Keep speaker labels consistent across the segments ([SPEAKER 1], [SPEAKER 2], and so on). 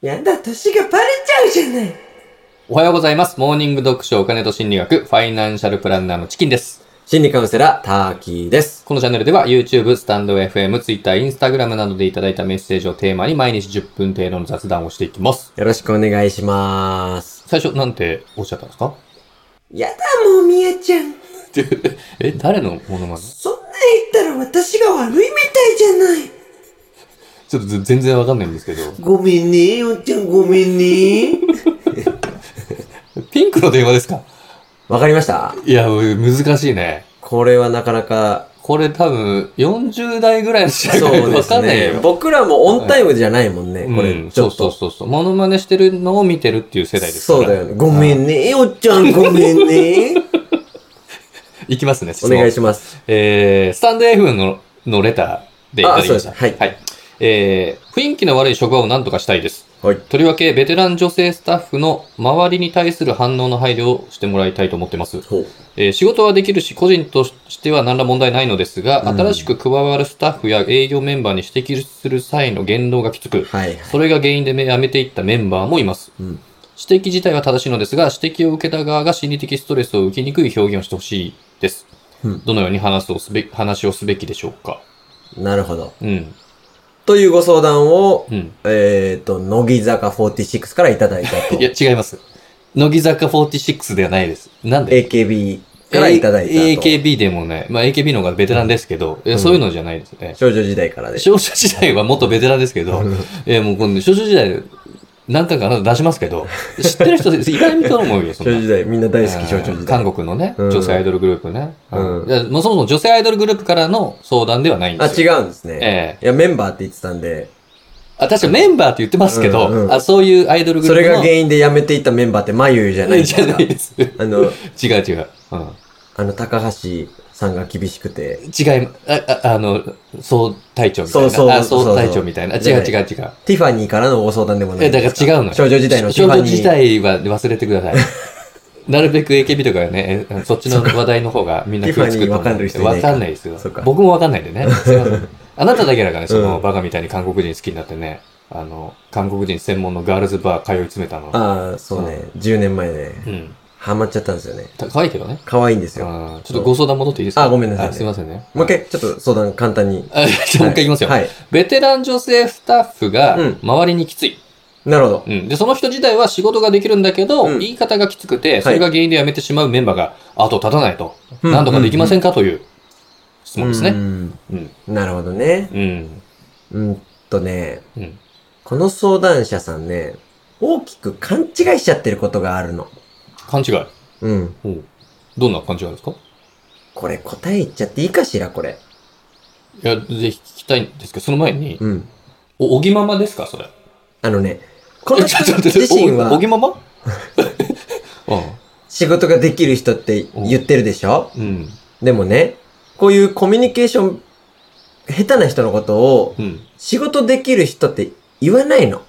[SPEAKER 1] やだ、年がバレちゃうじゃない。
[SPEAKER 2] おはようございます。モーニング読書お金と心理学、ファイナンシャルプランナーのチキンです。
[SPEAKER 3] 心理カウンセラー、ターキーです。
[SPEAKER 2] このチャンネルでは YouTube、スタンド FM、Twitter、Instagram などでいただいたメッセージをテーマに毎日10分程度の雑談をしていきます。
[SPEAKER 3] よろしくお願いします。
[SPEAKER 2] 最初、なんておっしゃったんですか
[SPEAKER 1] やだ、もうみやちゃん。
[SPEAKER 2] え、誰のものまね
[SPEAKER 1] そんなん言ったら私が悪いみたいじゃない。
[SPEAKER 2] ちょっとず全然わかんないんですけど。
[SPEAKER 1] ごめんね、よっちゃんごめんね。
[SPEAKER 2] ピンクの電話ですか
[SPEAKER 3] わかりました
[SPEAKER 2] いや、難しいね。
[SPEAKER 3] これはなかなか、
[SPEAKER 2] これ多分、40代ぐらいの人じゃな
[SPEAKER 3] そ
[SPEAKER 2] い
[SPEAKER 3] う
[SPEAKER 2] と
[SPEAKER 3] で
[SPEAKER 2] わ
[SPEAKER 3] す
[SPEAKER 2] かんない
[SPEAKER 3] ね
[SPEAKER 2] よ。。
[SPEAKER 3] 僕らもオンタイムじゃないもんね、こ
[SPEAKER 2] う
[SPEAKER 3] れ。
[SPEAKER 2] ん、
[SPEAKER 3] ち
[SPEAKER 2] そ
[SPEAKER 3] ょ
[SPEAKER 2] う
[SPEAKER 3] っ
[SPEAKER 2] そう
[SPEAKER 3] と。
[SPEAKER 2] そうそう。モノマネしてるのを見てるっていう世代ですから。
[SPEAKER 3] そうだよね。ご
[SPEAKER 1] ごめ
[SPEAKER 3] めん。
[SPEAKER 1] んね、よっちゃんごめん ね。
[SPEAKER 2] いきますね、
[SPEAKER 3] お願い
[SPEAKER 2] し
[SPEAKER 3] します。
[SPEAKER 2] えー、スタンド F ののレターでいただきました。。
[SPEAKER 3] あそうですはい
[SPEAKER 2] えー、雰囲気の悪い職場を何とかしたいです。
[SPEAKER 3] はい。
[SPEAKER 2] とりわけ、ベテラン女性スタッフの周りに対する反応の配慮をしてもらいたいと思ってます。
[SPEAKER 3] ほう。
[SPEAKER 2] えー仕事はできるし、個人としては何ら問題ないのですが、
[SPEAKER 3] うん
[SPEAKER 2] 新しく加わるスタッフや営業メンバーに指摘する際の言動がきつく、
[SPEAKER 3] はい。
[SPEAKER 2] それが原因で辞めていったメンバーもいます。
[SPEAKER 3] うん
[SPEAKER 2] 指摘自体は正しいのですが、指摘を受けた側が心理的ストレスを受けにくい表現をしてほしいです。
[SPEAKER 3] うん
[SPEAKER 2] どのように話すをすべ話をすべきでしょうか。
[SPEAKER 3] なるほど。
[SPEAKER 2] うん。
[SPEAKER 3] というご相談を、
[SPEAKER 2] うん。
[SPEAKER 3] えっと、乃木坂46からいただいたと
[SPEAKER 2] い。や、違います。乃木坂46ではないです。なんで
[SPEAKER 3] AKB からいただいたと。
[SPEAKER 2] A- AKB でもない。まあ AKB の方がベテランですけど、いや
[SPEAKER 3] うん
[SPEAKER 2] そういうのじゃないですね。
[SPEAKER 3] 少女時代からでしょ。
[SPEAKER 2] 少女時代は元ベテランですけど、えーもうこの少女時代、何回かあなた出しますけど、知ってる 人意外にと思うよ、そ
[SPEAKER 3] 少
[SPEAKER 2] んな
[SPEAKER 3] 女時代、みんな大好き少女時代。
[SPEAKER 2] 韓国のね、
[SPEAKER 3] うん
[SPEAKER 2] 女性アイドルグループね。
[SPEAKER 3] うん
[SPEAKER 2] いやもうそもそも女性アイドルグループからの相談ではないん
[SPEAKER 3] あ、
[SPEAKER 2] です
[SPEAKER 3] 違
[SPEAKER 2] よ。
[SPEAKER 3] うんですね。
[SPEAKER 2] ええ
[SPEAKER 3] いや、メンバーって言ってたんで、
[SPEAKER 2] あ、確かメンバーって言ってますけど、
[SPEAKER 3] うんうん
[SPEAKER 2] あそういうアイドルグ
[SPEAKER 3] そ
[SPEAKER 2] ルー
[SPEAKER 3] れ
[SPEAKER 2] プ
[SPEAKER 3] が
[SPEAKER 2] の。
[SPEAKER 3] 原因で辞めていったメンバーって眉じゃないです
[SPEAKER 2] じゃ
[SPEAKER 3] か
[SPEAKER 2] ない。です。違
[SPEAKER 3] あの、
[SPEAKER 2] う違う。うん
[SPEAKER 3] あの、高橋さんが厳しくて、
[SPEAKER 2] 違い、あ、ああの、総隊長みたいな。
[SPEAKER 3] そうそう
[SPEAKER 2] あ
[SPEAKER 3] そうそ
[SPEAKER 2] 総
[SPEAKER 3] う
[SPEAKER 2] 隊長みたいな。あ違う
[SPEAKER 3] じゃない
[SPEAKER 2] 違う違う。
[SPEAKER 3] ティファニーからのご相談でもない
[SPEAKER 2] え、だから違うのよ。
[SPEAKER 3] 少女時代のティ
[SPEAKER 2] 少
[SPEAKER 3] ファ
[SPEAKER 2] 女
[SPEAKER 3] ニー。
[SPEAKER 2] 時代は忘れてくだ さい。なるべく AKB とかね、えそっちの話題の方がみんな食いつくと思うんで
[SPEAKER 3] ティファニーわかんない人いない
[SPEAKER 2] わ
[SPEAKER 3] か
[SPEAKER 2] かんないですよ
[SPEAKER 3] そっか。
[SPEAKER 2] 僕もわかんないんで ね。すいませんあなただけだからね、その、
[SPEAKER 3] うん
[SPEAKER 2] バカみたいに韓国人好きになってね、あの、韓国人専門のガールズバー通い詰めたの。
[SPEAKER 3] ああ、そうね。10年前ね。
[SPEAKER 2] うん。
[SPEAKER 3] ハマっちゃったんですよね。
[SPEAKER 2] た可愛いけどね。
[SPEAKER 3] 可愛いんですよ。
[SPEAKER 2] あーちょっとご相談戻っていいですか
[SPEAKER 3] あごめんなさいね
[SPEAKER 2] あすいませんね。
[SPEAKER 3] もう一回、ちょっと相談簡単に。
[SPEAKER 2] あじゃあもう一回いきますよ。
[SPEAKER 3] はい。
[SPEAKER 2] ベテラン女性スタッフが
[SPEAKER 3] うん、
[SPEAKER 2] 周りにきつい。
[SPEAKER 3] なるほど。
[SPEAKER 2] うん、でその人自体は仕事ができるんだけど、
[SPEAKER 3] うん
[SPEAKER 2] 言い方がきつくて、それが原因で辞めてしまうメンバーが後を絶たないと、
[SPEAKER 3] うん
[SPEAKER 2] なんとかできませんかという質問です
[SPEAKER 3] う
[SPEAKER 2] ね。
[SPEAKER 3] ん。
[SPEAKER 2] うん。
[SPEAKER 3] なるほどね。
[SPEAKER 2] うん。
[SPEAKER 3] うんとね、
[SPEAKER 2] うん。
[SPEAKER 3] この相談者さんね、大きく勘違いしちゃってることがあるの。
[SPEAKER 2] 勘違い。
[SPEAKER 3] うん。
[SPEAKER 2] おうどんな勘違いですか
[SPEAKER 3] これ答え言っちゃっていいかしら、これ。
[SPEAKER 2] いや、ぜひ聞きたいんですけど、その前に、
[SPEAKER 3] うん。
[SPEAKER 2] お、おぎままですかそれ。
[SPEAKER 3] あのね、この
[SPEAKER 2] えちょ
[SPEAKER 3] 人
[SPEAKER 2] っと待って
[SPEAKER 3] 自身
[SPEAKER 2] おお
[SPEAKER 3] は
[SPEAKER 2] ぎまま う
[SPEAKER 3] 仕事ができる人って言ってるでしょ
[SPEAKER 2] ん。うん。
[SPEAKER 3] でもね、こういうコミュニケーション、下手な人のことを
[SPEAKER 2] う、ん。
[SPEAKER 3] 仕事できる人って言わないの。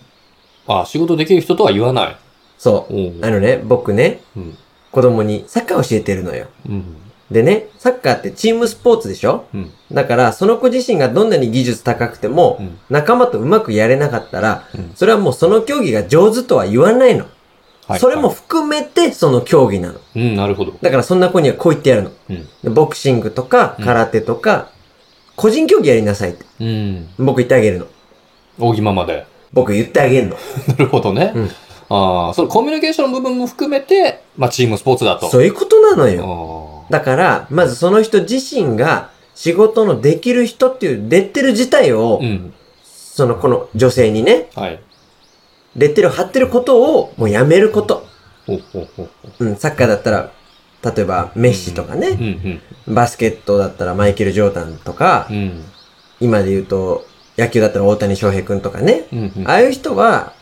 [SPEAKER 2] あ、仕事できる人とは言わない。
[SPEAKER 3] そ
[SPEAKER 2] おう
[SPEAKER 3] う。あのね、僕ね、
[SPEAKER 2] うん。
[SPEAKER 3] 子供にサッカー教えてるのよ。
[SPEAKER 2] うん。
[SPEAKER 3] でね、サッカーってチームスポーツでしょ
[SPEAKER 2] うん。
[SPEAKER 3] だから、その子自身がどんなに技術高くても
[SPEAKER 2] う、ん。
[SPEAKER 3] 仲間とうまくやれなかったら、
[SPEAKER 2] うん
[SPEAKER 3] それはもうその競技が上手とは言わないの。
[SPEAKER 2] はい。
[SPEAKER 3] それも含めてその競技なの。
[SPEAKER 2] うん、なるほど。
[SPEAKER 3] だからそんな子にはこう言ってやるの。
[SPEAKER 2] うん。
[SPEAKER 3] でボクシングとか
[SPEAKER 2] うん
[SPEAKER 3] 空手とか、個人競技やりなさいって。
[SPEAKER 2] うん。
[SPEAKER 3] 僕言ってあげるの。
[SPEAKER 2] おぎままで。
[SPEAKER 3] 僕言ってあげるの。
[SPEAKER 2] なるほどね。
[SPEAKER 3] うん
[SPEAKER 2] ああ、そのコミュニケーションの部分も含めて、まあ、チームスポーツだと。
[SPEAKER 3] そういうことなのよ。
[SPEAKER 2] あ
[SPEAKER 3] だから、まずその人自身が仕事のできる人っていうレッテル自体
[SPEAKER 2] ー
[SPEAKER 3] を、
[SPEAKER 2] うん。
[SPEAKER 3] そのこの女性にね、
[SPEAKER 2] はい。
[SPEAKER 3] レッテルを貼ってることをもうやめること。
[SPEAKER 2] ほうほうほうほ
[SPEAKER 3] う
[SPEAKER 2] う
[SPEAKER 3] ん、サッカーだったら、例えばメッシとかね、
[SPEAKER 2] うん
[SPEAKER 3] バスケットだったらマイケル・ジョーダンとか
[SPEAKER 2] うん。う、ん。
[SPEAKER 3] 今で言うと野球だったら大谷翔平くんとかね、
[SPEAKER 2] うんうん。
[SPEAKER 3] ああいう人は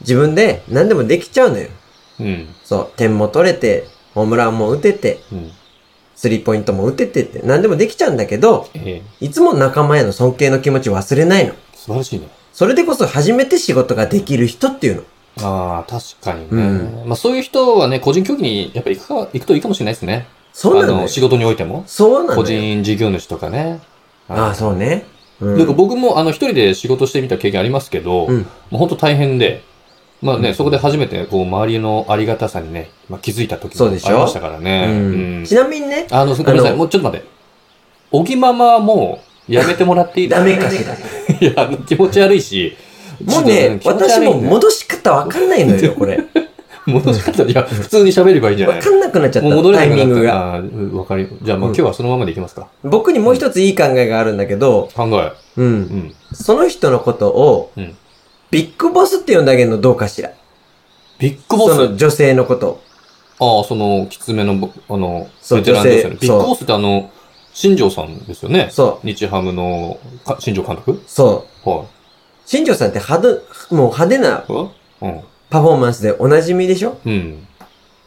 [SPEAKER 3] 自分で何でもできちゃうのよ。
[SPEAKER 2] うん。
[SPEAKER 3] そう、点も取れて、ホームランも打てて、
[SPEAKER 2] うん。
[SPEAKER 3] スリーポイントも打ててって何でもできちゃうんだけど、
[SPEAKER 2] ええ
[SPEAKER 3] いつも仲間への尊敬の気持ち忘れないの。
[SPEAKER 2] 素晴らしいね。
[SPEAKER 3] それでこそ初めて仕事ができる人っていうの。
[SPEAKER 2] ああ、確かにね。
[SPEAKER 3] う
[SPEAKER 2] まあ、そういう人はね、個人競技にやっぱ行くか、行くといいかもしれないですね。
[SPEAKER 3] そうな
[SPEAKER 2] あ
[SPEAKER 3] の
[SPEAKER 2] の、
[SPEAKER 3] よ。
[SPEAKER 2] 仕事においても。
[SPEAKER 3] そうなのよ。
[SPEAKER 2] 個人事業主とかね。
[SPEAKER 3] ああ、そうね。う
[SPEAKER 2] なんか僕も、あの、一人で仕事してみた経験ありますけど、
[SPEAKER 3] うん
[SPEAKER 2] もう本当大変で、まあね、そこで初めて、こう、周りのありがたさにね、まあ、気づいた時
[SPEAKER 3] そ
[SPEAKER 2] も
[SPEAKER 3] うでしょ
[SPEAKER 2] ありましたからね。
[SPEAKER 3] うん
[SPEAKER 2] うん
[SPEAKER 3] ちなみにね、
[SPEAKER 2] あの、ごめんなさ
[SPEAKER 3] あ
[SPEAKER 2] い、
[SPEAKER 3] の
[SPEAKER 2] もうちょっと待って。小木ママはもう、やめてもらってい い
[SPEAKER 3] ダメかしら。
[SPEAKER 2] いや、あの気持ち悪いし。
[SPEAKER 3] もうね、
[SPEAKER 2] ちょっと
[SPEAKER 3] 私も
[SPEAKER 2] 気持
[SPEAKER 3] 戻し方わかんないのよ、これ。
[SPEAKER 2] ち悪いんだよ戻し方、いや、普通に喋ればいいんじゃな
[SPEAKER 3] わ
[SPEAKER 2] い
[SPEAKER 3] かんなくなっちゃっ
[SPEAKER 2] もう
[SPEAKER 3] た、
[SPEAKER 2] 戻れ
[SPEAKER 3] タ
[SPEAKER 2] な
[SPEAKER 3] イ
[SPEAKER 2] く
[SPEAKER 3] ミング
[SPEAKER 2] な
[SPEAKER 3] が。
[SPEAKER 2] った。あーわかり、じゃあもう
[SPEAKER 3] うん
[SPEAKER 2] 今日はそのままでいきますか。
[SPEAKER 3] 僕にもう一ついい考えがあるんだけど、
[SPEAKER 2] 考え。
[SPEAKER 3] う。
[SPEAKER 2] うんん。
[SPEAKER 3] その人のことを
[SPEAKER 2] うん、
[SPEAKER 3] ビッグボスって呼んであげるのどうかしら。
[SPEAKER 2] ビッグボ
[SPEAKER 3] そ
[SPEAKER 2] ス。
[SPEAKER 3] の女性のこと。
[SPEAKER 2] ああ、その、きつめの、あの、
[SPEAKER 3] そう
[SPEAKER 2] ベテランですよね
[SPEAKER 3] 女性。
[SPEAKER 2] ビッグボスってあの、新庄さんですよね。
[SPEAKER 3] そう、
[SPEAKER 2] 日ハムのか新庄監督
[SPEAKER 3] そう。
[SPEAKER 2] は。
[SPEAKER 3] 新庄さんって派手、もう派手ない
[SPEAKER 2] うん。
[SPEAKER 3] パフォーマンスでおなじみでしょ
[SPEAKER 2] うん。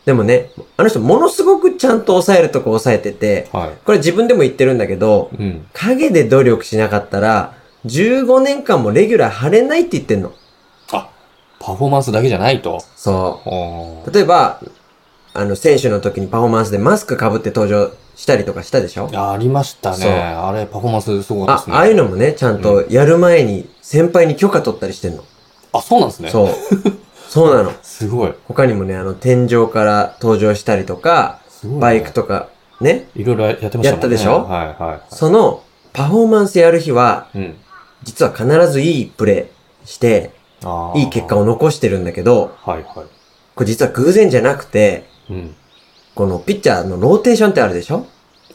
[SPEAKER 3] でもね、あの人ものすごくちゃんと抑えるとこ抑えてて、
[SPEAKER 2] は
[SPEAKER 3] これ自分でも言ってるんだけど、
[SPEAKER 2] い。うん。
[SPEAKER 3] 影で努力しなかったら、15年間もレギュラー張れないって言ってんの。
[SPEAKER 2] パフォーマンスだけじゃないと。
[SPEAKER 3] そ
[SPEAKER 2] あー
[SPEAKER 3] う。例えば、あの、選手の時にパフォーマンスでマスク被って登場したりとかしたでしょ
[SPEAKER 2] あありました
[SPEAKER 3] そう
[SPEAKER 2] ね。あれ、パフォーマンスすごかったで
[SPEAKER 3] あ
[SPEAKER 2] す、ね。
[SPEAKER 3] ああいうのもね、ちゃんとやる前に先輩に許可取ったりしてんの。
[SPEAKER 2] あ、そうなんですね。
[SPEAKER 3] そう。そうなの。
[SPEAKER 2] すごい。
[SPEAKER 3] 他にもね、あの、天井から登場したりとか、
[SPEAKER 2] すごいね
[SPEAKER 3] バイクとか、ね。
[SPEAKER 2] いろいろやってましたもんね。
[SPEAKER 3] やったでしょ
[SPEAKER 2] はいはい
[SPEAKER 3] その、パフォーマンスやる日は、
[SPEAKER 2] はい。うん。
[SPEAKER 3] 実は必ずいいプレーして、
[SPEAKER 2] あー
[SPEAKER 3] いい結果を残してるんだけど、
[SPEAKER 2] はいは
[SPEAKER 3] これ実は偶然じゃなくて、
[SPEAKER 2] い。うん。
[SPEAKER 3] このピッチャーのローテーションってあるでしょ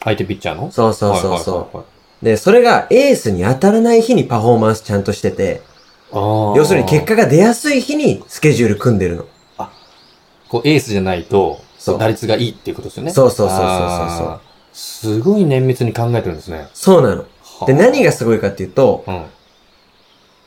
[SPEAKER 2] 相手ピッチャーの
[SPEAKER 3] そうそうそうそ。
[SPEAKER 2] はいはいはいはいう
[SPEAKER 3] で、それがエースに当たらない日にパフォーマンスちゃんとしてて、
[SPEAKER 2] ああ。
[SPEAKER 3] 要するに結果が出やすい日にスケジュール組んでるの。
[SPEAKER 2] こう、エースじゃないと、
[SPEAKER 3] そう
[SPEAKER 2] 打率がいいっていうことですよね。
[SPEAKER 3] そうそうそうそうそうそう
[SPEAKER 2] あーすごい綿密に考えてるんですね。
[SPEAKER 3] そうなの。
[SPEAKER 2] はあ
[SPEAKER 3] で、何がすごいかっていうと、
[SPEAKER 2] うん。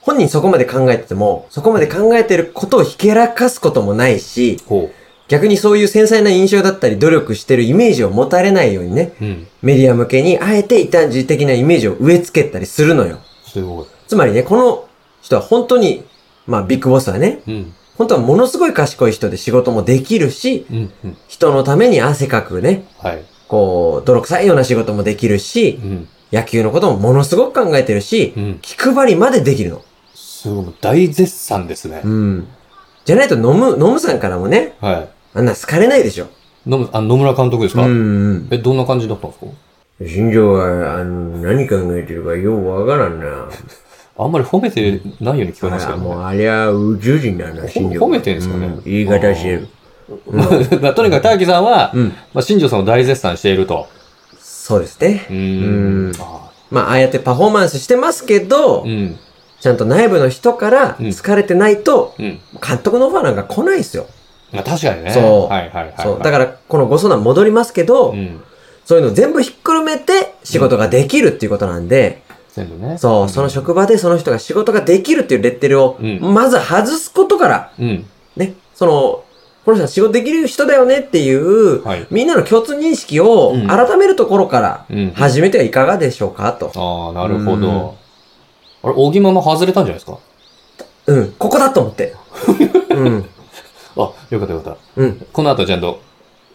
[SPEAKER 3] 本人そこまで考えてても、そこまで考えてることをひけらかすこともないし、
[SPEAKER 2] ほ
[SPEAKER 3] 逆にそういう繊細な印象だったり努力してるイメージを持たれないようにね、
[SPEAKER 2] う。うん。
[SPEAKER 3] メディア向けにあえて異端児的なイメージを植え付けたりするのよ。
[SPEAKER 2] すごい。
[SPEAKER 3] つまりね、この人は本当に、まあビッグボスはね、
[SPEAKER 2] うん。
[SPEAKER 3] 本当はものすごい賢い人で仕事もできるし、
[SPEAKER 2] うん。うん。
[SPEAKER 3] 人のために汗かくね、
[SPEAKER 2] はい。
[SPEAKER 3] こう、泥臭いような仕事もできるし
[SPEAKER 2] う、ん。
[SPEAKER 3] 野球のこともものすごく考えてるし
[SPEAKER 2] う、ん。
[SPEAKER 3] 気配りまでできるの。
[SPEAKER 2] すごい。大絶賛ですね
[SPEAKER 3] う。ん。じゃないと、飲む、飲むさんからもね、
[SPEAKER 2] は
[SPEAKER 3] あんな好かれないでしょ。
[SPEAKER 2] い。野村あ野村監督ですか
[SPEAKER 3] ん。
[SPEAKER 2] え、どんな感じだったんですか
[SPEAKER 3] 新庄は、あの、何考えてるかようわからんな。
[SPEAKER 2] あんまり褒めてないように聞こえますけどね。
[SPEAKER 3] ありゃ、宇宙人なんだ
[SPEAKER 2] 新庄褒めてんすかねうん言い方してる。
[SPEAKER 3] うん
[SPEAKER 2] まあとにかく、高木さんは、
[SPEAKER 3] うん。
[SPEAKER 2] まあ、新庄さんを大絶賛していると。
[SPEAKER 3] そうですね。
[SPEAKER 2] う
[SPEAKER 3] うん
[SPEAKER 2] あ
[SPEAKER 3] まあ、ああやってパフォーマンスしてますけど、
[SPEAKER 2] ーうん。
[SPEAKER 3] ちゃんと内部の人から
[SPEAKER 2] うん
[SPEAKER 3] 疲れてないと、
[SPEAKER 2] うん。
[SPEAKER 3] 監督のオファーなんか来ないですよ。
[SPEAKER 2] まあ、確かにね。
[SPEAKER 3] そう
[SPEAKER 2] はいはいはい、はい。
[SPEAKER 3] そう。だから、このご相談戻りますけど、
[SPEAKER 2] うん。
[SPEAKER 3] そういうの全部ひっくるめて仕事ができるっていうことなんで、
[SPEAKER 2] 全部ね。
[SPEAKER 3] そう、その職場でその人が仕事ができるっていうレッテルを、
[SPEAKER 2] うん
[SPEAKER 3] まず外すことから、
[SPEAKER 2] うん。
[SPEAKER 3] ね、その、この人は仕事できる人だよねっていう、
[SPEAKER 2] はい。
[SPEAKER 3] みんなの共通認識を
[SPEAKER 2] うん
[SPEAKER 3] 改めるところから
[SPEAKER 2] うん。
[SPEAKER 3] 始めてはいかがでしょうかと。
[SPEAKER 2] ああ、なるほど。あれ、大木ママ外れたんじゃないですか
[SPEAKER 3] うん、ここだと思 って。うん、
[SPEAKER 2] あ、よかったよかっ
[SPEAKER 3] うん、
[SPEAKER 2] た。この後はちゃんと、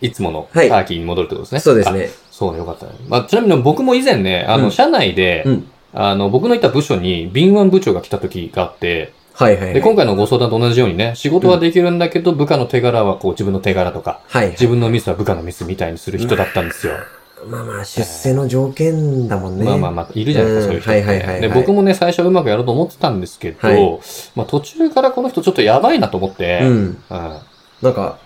[SPEAKER 2] いつものタ
[SPEAKER 3] はい
[SPEAKER 2] ーキーに戻るってことですね。
[SPEAKER 3] そうです
[SPEAKER 2] あ。
[SPEAKER 3] ね。
[SPEAKER 2] そうね、よかったね。まあ、ちなみに僕も以前ね、あの、
[SPEAKER 3] うん
[SPEAKER 2] 社内で、
[SPEAKER 3] うん
[SPEAKER 2] あの、僕のいた部署に敏腕部長が来た時があって、
[SPEAKER 3] はいはいはい。
[SPEAKER 2] で、今回のご相談と同じようにね、仕事はできるんだけど、部下の手柄はこう自分の手柄とか、
[SPEAKER 3] はいはい。
[SPEAKER 2] 自分のミスは部下のミスみたいにする人だったんですよ。
[SPEAKER 3] まあまあ、出世の条件だもんね。
[SPEAKER 2] まあまあまあ、いるじゃないですか、そういう人って、
[SPEAKER 3] うんはいはいはいはい
[SPEAKER 2] で、僕もね、最初うまくやろうと思ってたんですけど、
[SPEAKER 3] はい
[SPEAKER 2] まあ途中からこの人ちょっとやばいなと思って、
[SPEAKER 3] う
[SPEAKER 2] うん
[SPEAKER 3] ん。なんか、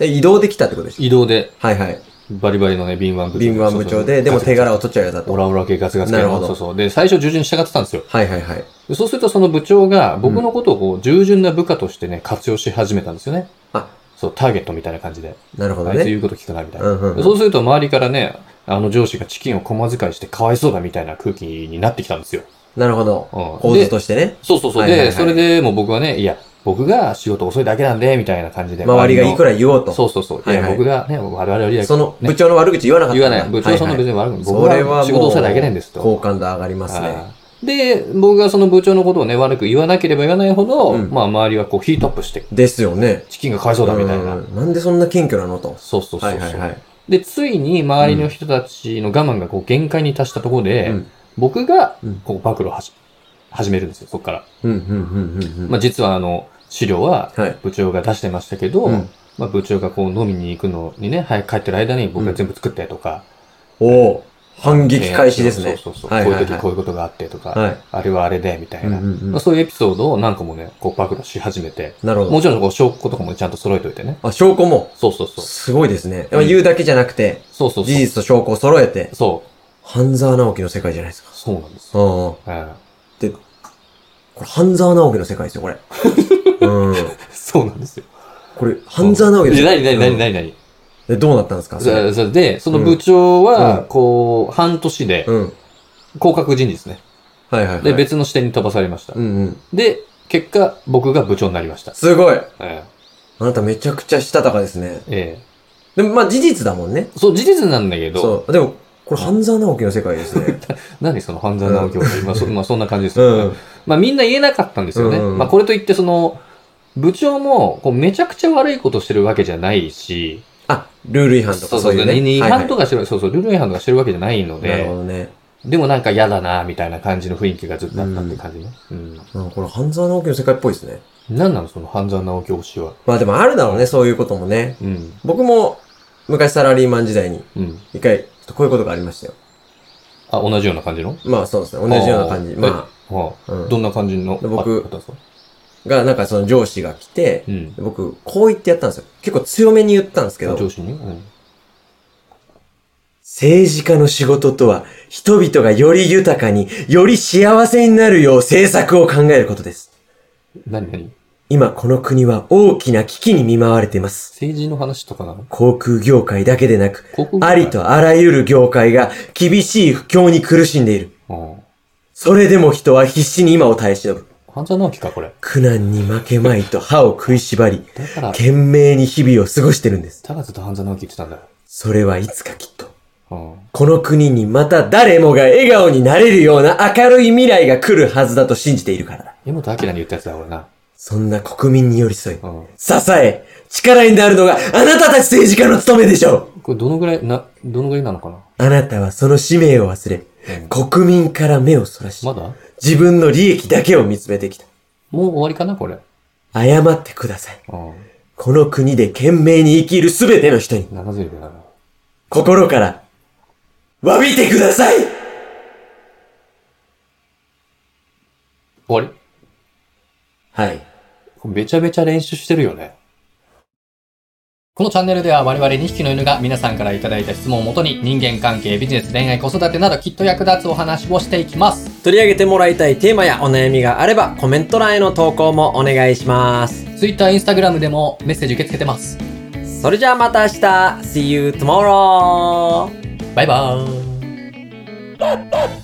[SPEAKER 3] え移動できたってことでし
[SPEAKER 2] 移動で
[SPEAKER 3] ょはいはい。
[SPEAKER 2] バリバリのね、敏腕部長。
[SPEAKER 3] 敏腕部長で、でも手柄を取っちゃうやつだ
[SPEAKER 2] オ
[SPEAKER 3] と。
[SPEAKER 2] ラオラ系ガツガツ系
[SPEAKER 3] なるほ
[SPEAKER 2] の。
[SPEAKER 3] ど
[SPEAKER 2] そうそう。で、最初従順に従ってたんですよ。
[SPEAKER 3] はいはいはい。
[SPEAKER 2] でそうするとその部長が僕のことをこう、従順な部下としてね、活用し始めたんですよね。
[SPEAKER 3] あ、
[SPEAKER 2] そう、ターゲットみたいな感じで。
[SPEAKER 3] なるほど
[SPEAKER 2] あいつ
[SPEAKER 3] ね。
[SPEAKER 2] 言うこと聞かないみたいな。
[SPEAKER 3] うんうんうん。
[SPEAKER 2] そうすると周りからね、あの上司がチキンを駒使いしてかわいそうだみたいな空気になってきたんですよ。
[SPEAKER 3] なるほど。
[SPEAKER 2] うん
[SPEAKER 3] 構図としてね。
[SPEAKER 2] そうそうそう。
[SPEAKER 3] はいはいはい
[SPEAKER 2] で、それでもう僕はね、いや、僕が仕事遅いだけなんで、みたいな感じで。
[SPEAKER 3] 周りがいく
[SPEAKER 2] ら
[SPEAKER 3] ら言おうと。
[SPEAKER 2] そうそうそう。い
[SPEAKER 3] はい
[SPEAKER 2] や、
[SPEAKER 3] はい
[SPEAKER 2] 僕がね、我々よりは
[SPEAKER 3] その
[SPEAKER 2] ね
[SPEAKER 3] 部長の悪口言わなかったん
[SPEAKER 2] 言
[SPEAKER 3] だ。
[SPEAKER 2] わない。部長さんの別に悪くない。僕
[SPEAKER 3] それはも
[SPEAKER 2] は
[SPEAKER 3] う
[SPEAKER 2] 仕事遅いだけなんですと。
[SPEAKER 3] 好感度上がります
[SPEAKER 2] は
[SPEAKER 3] ね。
[SPEAKER 2] いで、僕がその部長のことをね、悪く言わなければ言わないほど、
[SPEAKER 3] うん
[SPEAKER 2] まあ周りはこうヒートアップして、
[SPEAKER 3] ですよね。
[SPEAKER 2] チキンがかわいそうだみたいな。
[SPEAKER 3] うんなんでそんな謙虚なのと。
[SPEAKER 2] そうそうそうそう。
[SPEAKER 3] はいはいはい。
[SPEAKER 2] で、ついに周りの人たちの我慢がこう限界に達したところで、
[SPEAKER 3] うん
[SPEAKER 2] 僕が
[SPEAKER 3] うん
[SPEAKER 2] こう暴露をはじ始めるんですよ、そこから。
[SPEAKER 3] うんうんうんうんうん。
[SPEAKER 2] まあ実はあの、資料は
[SPEAKER 3] はい、
[SPEAKER 2] 部長が出してましたけど、
[SPEAKER 3] うん
[SPEAKER 2] まあ、部長がこう飲みに行くのにね、早く帰ってる間に僕が全部作ってとか。
[SPEAKER 3] おお反撃開始ですね。
[SPEAKER 2] そうそうそう。
[SPEAKER 3] はいはいはい
[SPEAKER 2] こういう時こういうことがあってとか、
[SPEAKER 3] はい。
[SPEAKER 2] あれはあれで、みたいな、
[SPEAKER 3] うんうんうん
[SPEAKER 2] まあ。そういうエピソードを何個もね、こう暴露し始めて、
[SPEAKER 3] なるほ
[SPEAKER 2] も
[SPEAKER 3] ど。
[SPEAKER 2] ちろんこう証拠とかもちゃんと揃えておいてね。
[SPEAKER 3] あ、証拠も。
[SPEAKER 2] そうそうそう。
[SPEAKER 3] すごいですね。
[SPEAKER 2] うん
[SPEAKER 3] 言うだけじゃなくて、
[SPEAKER 2] そうそうそう。
[SPEAKER 3] 事実と証拠を揃えて、
[SPEAKER 2] そう。
[SPEAKER 3] 半沢直樹の世界じゃないですか。
[SPEAKER 2] そうなんです。
[SPEAKER 3] うんうん。
[SPEAKER 2] うん
[SPEAKER 3] これ、半沢直樹の世界ですよ、 これ。うん。
[SPEAKER 2] そうなんですよ。
[SPEAKER 3] これ、半沢直樹です
[SPEAKER 2] で
[SPEAKER 3] よ。
[SPEAKER 2] 何何
[SPEAKER 3] う
[SPEAKER 2] 何
[SPEAKER 3] ん
[SPEAKER 2] 何何
[SPEAKER 3] で、どうなったんですかそれ
[SPEAKER 2] そそで、その部長は、こう、半年で、
[SPEAKER 3] うん。
[SPEAKER 2] 降格人事ですね。
[SPEAKER 3] はいはいはい。
[SPEAKER 2] で、別の視点に飛ばされました
[SPEAKER 3] う。んうん。
[SPEAKER 2] で、結果、僕が部長になりました。
[SPEAKER 3] すごい
[SPEAKER 2] え
[SPEAKER 3] あなためちゃくちゃしたたかですね。
[SPEAKER 2] ええ
[SPEAKER 3] でも、まあ事実だもんね。
[SPEAKER 2] えそう、事実なんだけど、
[SPEAKER 3] そう。でも、これ、半沢直樹の世界ですね。
[SPEAKER 2] 何その半沢直樹は、まあそ、まあ、そんな感じです
[SPEAKER 3] う
[SPEAKER 2] よね。
[SPEAKER 3] ん。
[SPEAKER 2] まあ、みんな言えなかったんですよね。
[SPEAKER 3] うん
[SPEAKER 2] まあ、これといって、その、部長も、こう、めちゃくちゃ悪いことしてるわけじゃないし、
[SPEAKER 3] あ、ルール違反と
[SPEAKER 2] そ
[SPEAKER 3] か
[SPEAKER 2] うそ
[SPEAKER 3] そうう
[SPEAKER 2] そ、
[SPEAKER 3] いううね。
[SPEAKER 2] 違
[SPEAKER 3] はいは
[SPEAKER 2] 反
[SPEAKER 3] い
[SPEAKER 2] とかしてる、そうそう、ルール違反とかしてるわけじゃないの
[SPEAKER 3] なる
[SPEAKER 2] で
[SPEAKER 3] ほ、どね。
[SPEAKER 2] でもなんか嫌だな、みたいな感じの雰囲気がずっとあったって感じね。うん。
[SPEAKER 3] うんこれ、半沢直樹の世界っぽいですね。
[SPEAKER 2] なんなのその半沢直樹推しは。
[SPEAKER 3] まあでもあるだろうね、そういうこともね。
[SPEAKER 2] うん。
[SPEAKER 3] 僕も、昔サラリーマン時代に、
[SPEAKER 2] うん。
[SPEAKER 3] 一回、ちょっとこういうことがありましたよ。
[SPEAKER 2] あ、同じような感じの
[SPEAKER 3] まあそうですね。同じような感じ。
[SPEAKER 2] あー
[SPEAKER 3] ま
[SPEAKER 2] は
[SPEAKER 3] あ、う
[SPEAKER 2] あ、
[SPEAKER 3] ん
[SPEAKER 2] どんな感じの
[SPEAKER 3] で僕
[SPEAKER 2] あったんですか
[SPEAKER 3] が、なんかその上司が来て
[SPEAKER 2] う、ん。
[SPEAKER 3] で僕、こう言ってやったんですよ。結構強めに言ったんですけど、
[SPEAKER 2] 上司にうん。
[SPEAKER 3] 政治家の仕事とは、人々がより豊かに、より幸せになるよう政策を考えることです。
[SPEAKER 2] 何何
[SPEAKER 3] 今、この国は大きな危機に見舞われています。
[SPEAKER 2] 政治の話とかなの
[SPEAKER 3] 航空業界だけでなく、
[SPEAKER 2] 航空業界
[SPEAKER 3] ありとあらゆる業界が厳しい不況に苦しんでいる。
[SPEAKER 2] うん。
[SPEAKER 3] それでも人は必死に今を耐え忍ぶ。
[SPEAKER 2] 半沢直樹か、これ。
[SPEAKER 3] 苦難に負けまいと歯を食いしばり、
[SPEAKER 2] だから、
[SPEAKER 3] 懸命に日々を過ごしてるんです。
[SPEAKER 2] だからずっと半沢直樹言ってたんだよ。
[SPEAKER 3] それはいつかきっと。
[SPEAKER 2] うん。
[SPEAKER 3] この国にまた誰もが笑顔になれるような明るい未来が来るはずだと信じているからだ。
[SPEAKER 2] 江本明に言ったやつだ、俺な。
[SPEAKER 3] そんな国民に寄り添い、
[SPEAKER 2] うん。
[SPEAKER 3] 支え、力になるのがあなたたち政治家の務めでしょう
[SPEAKER 2] これどのぐらい、な、どのぐらいなのかな
[SPEAKER 3] あなたはその使命を忘れ、
[SPEAKER 2] うん。
[SPEAKER 3] 国民から目をそらし
[SPEAKER 2] ま、だ
[SPEAKER 3] 自分の利益だけを見つめてきた。
[SPEAKER 2] もう終わりかな、これ。
[SPEAKER 3] 謝ってください。
[SPEAKER 2] うん。
[SPEAKER 3] この国で懸命に生きるすべての人に、
[SPEAKER 2] 長ゼリフだな。
[SPEAKER 3] 心から、詫びてください
[SPEAKER 2] 終わ
[SPEAKER 3] はい。
[SPEAKER 2] りこれめちゃめちゃ練習してるよね。このチャンネルでは我々2匹の犬が皆さんからいただいた質問をもとに人間関係、ビジネス、恋愛、子育てなどきっと役立つお話をしていきます。
[SPEAKER 3] 取り上げてもらいたいテーマやお悩みがあれば、コメント欄への投稿もお願いします。
[SPEAKER 2] Twitter、Instagram でもメッセージ受け付けてます。
[SPEAKER 3] それじゃあまた明日 !See you tomorrow!
[SPEAKER 2] バイバーイ。